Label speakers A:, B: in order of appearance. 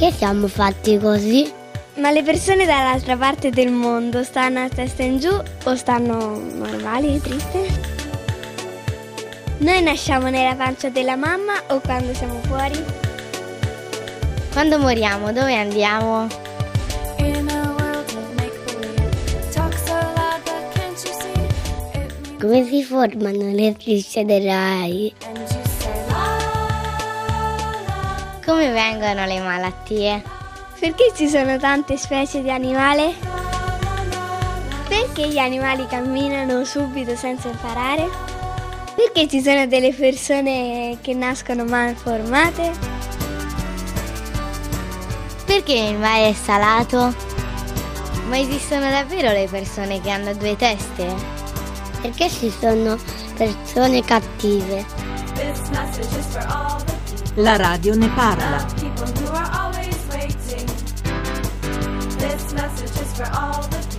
A: Perché siamo fatti così?
B: Ma le persone dall'altra parte del mondo stanno a testa in giù o stanno normali e triste? Noi nasciamo nella pancia della mamma o quando siamo fuori?
A: Quando moriamo, dove andiamo?
C: In a world of make-believe. Talk so loud, but can't you see? It means
A: Come si formano le strisce del Rai?
C: and you say la la.
A: Come vengono le malattie?
B: Perché ci sono tante specie di animale? Perché gli animali camminano subito senza imparare? Perché ci sono delle persone che nascono malformate?
A: Perché il mare è salato? Ma esistono davvero le persone che hanno due teste? Perché ci sono persone cattive?
C: This message is for all the
D: La radio ne parla.
C: people who are always waiting. This message is for all the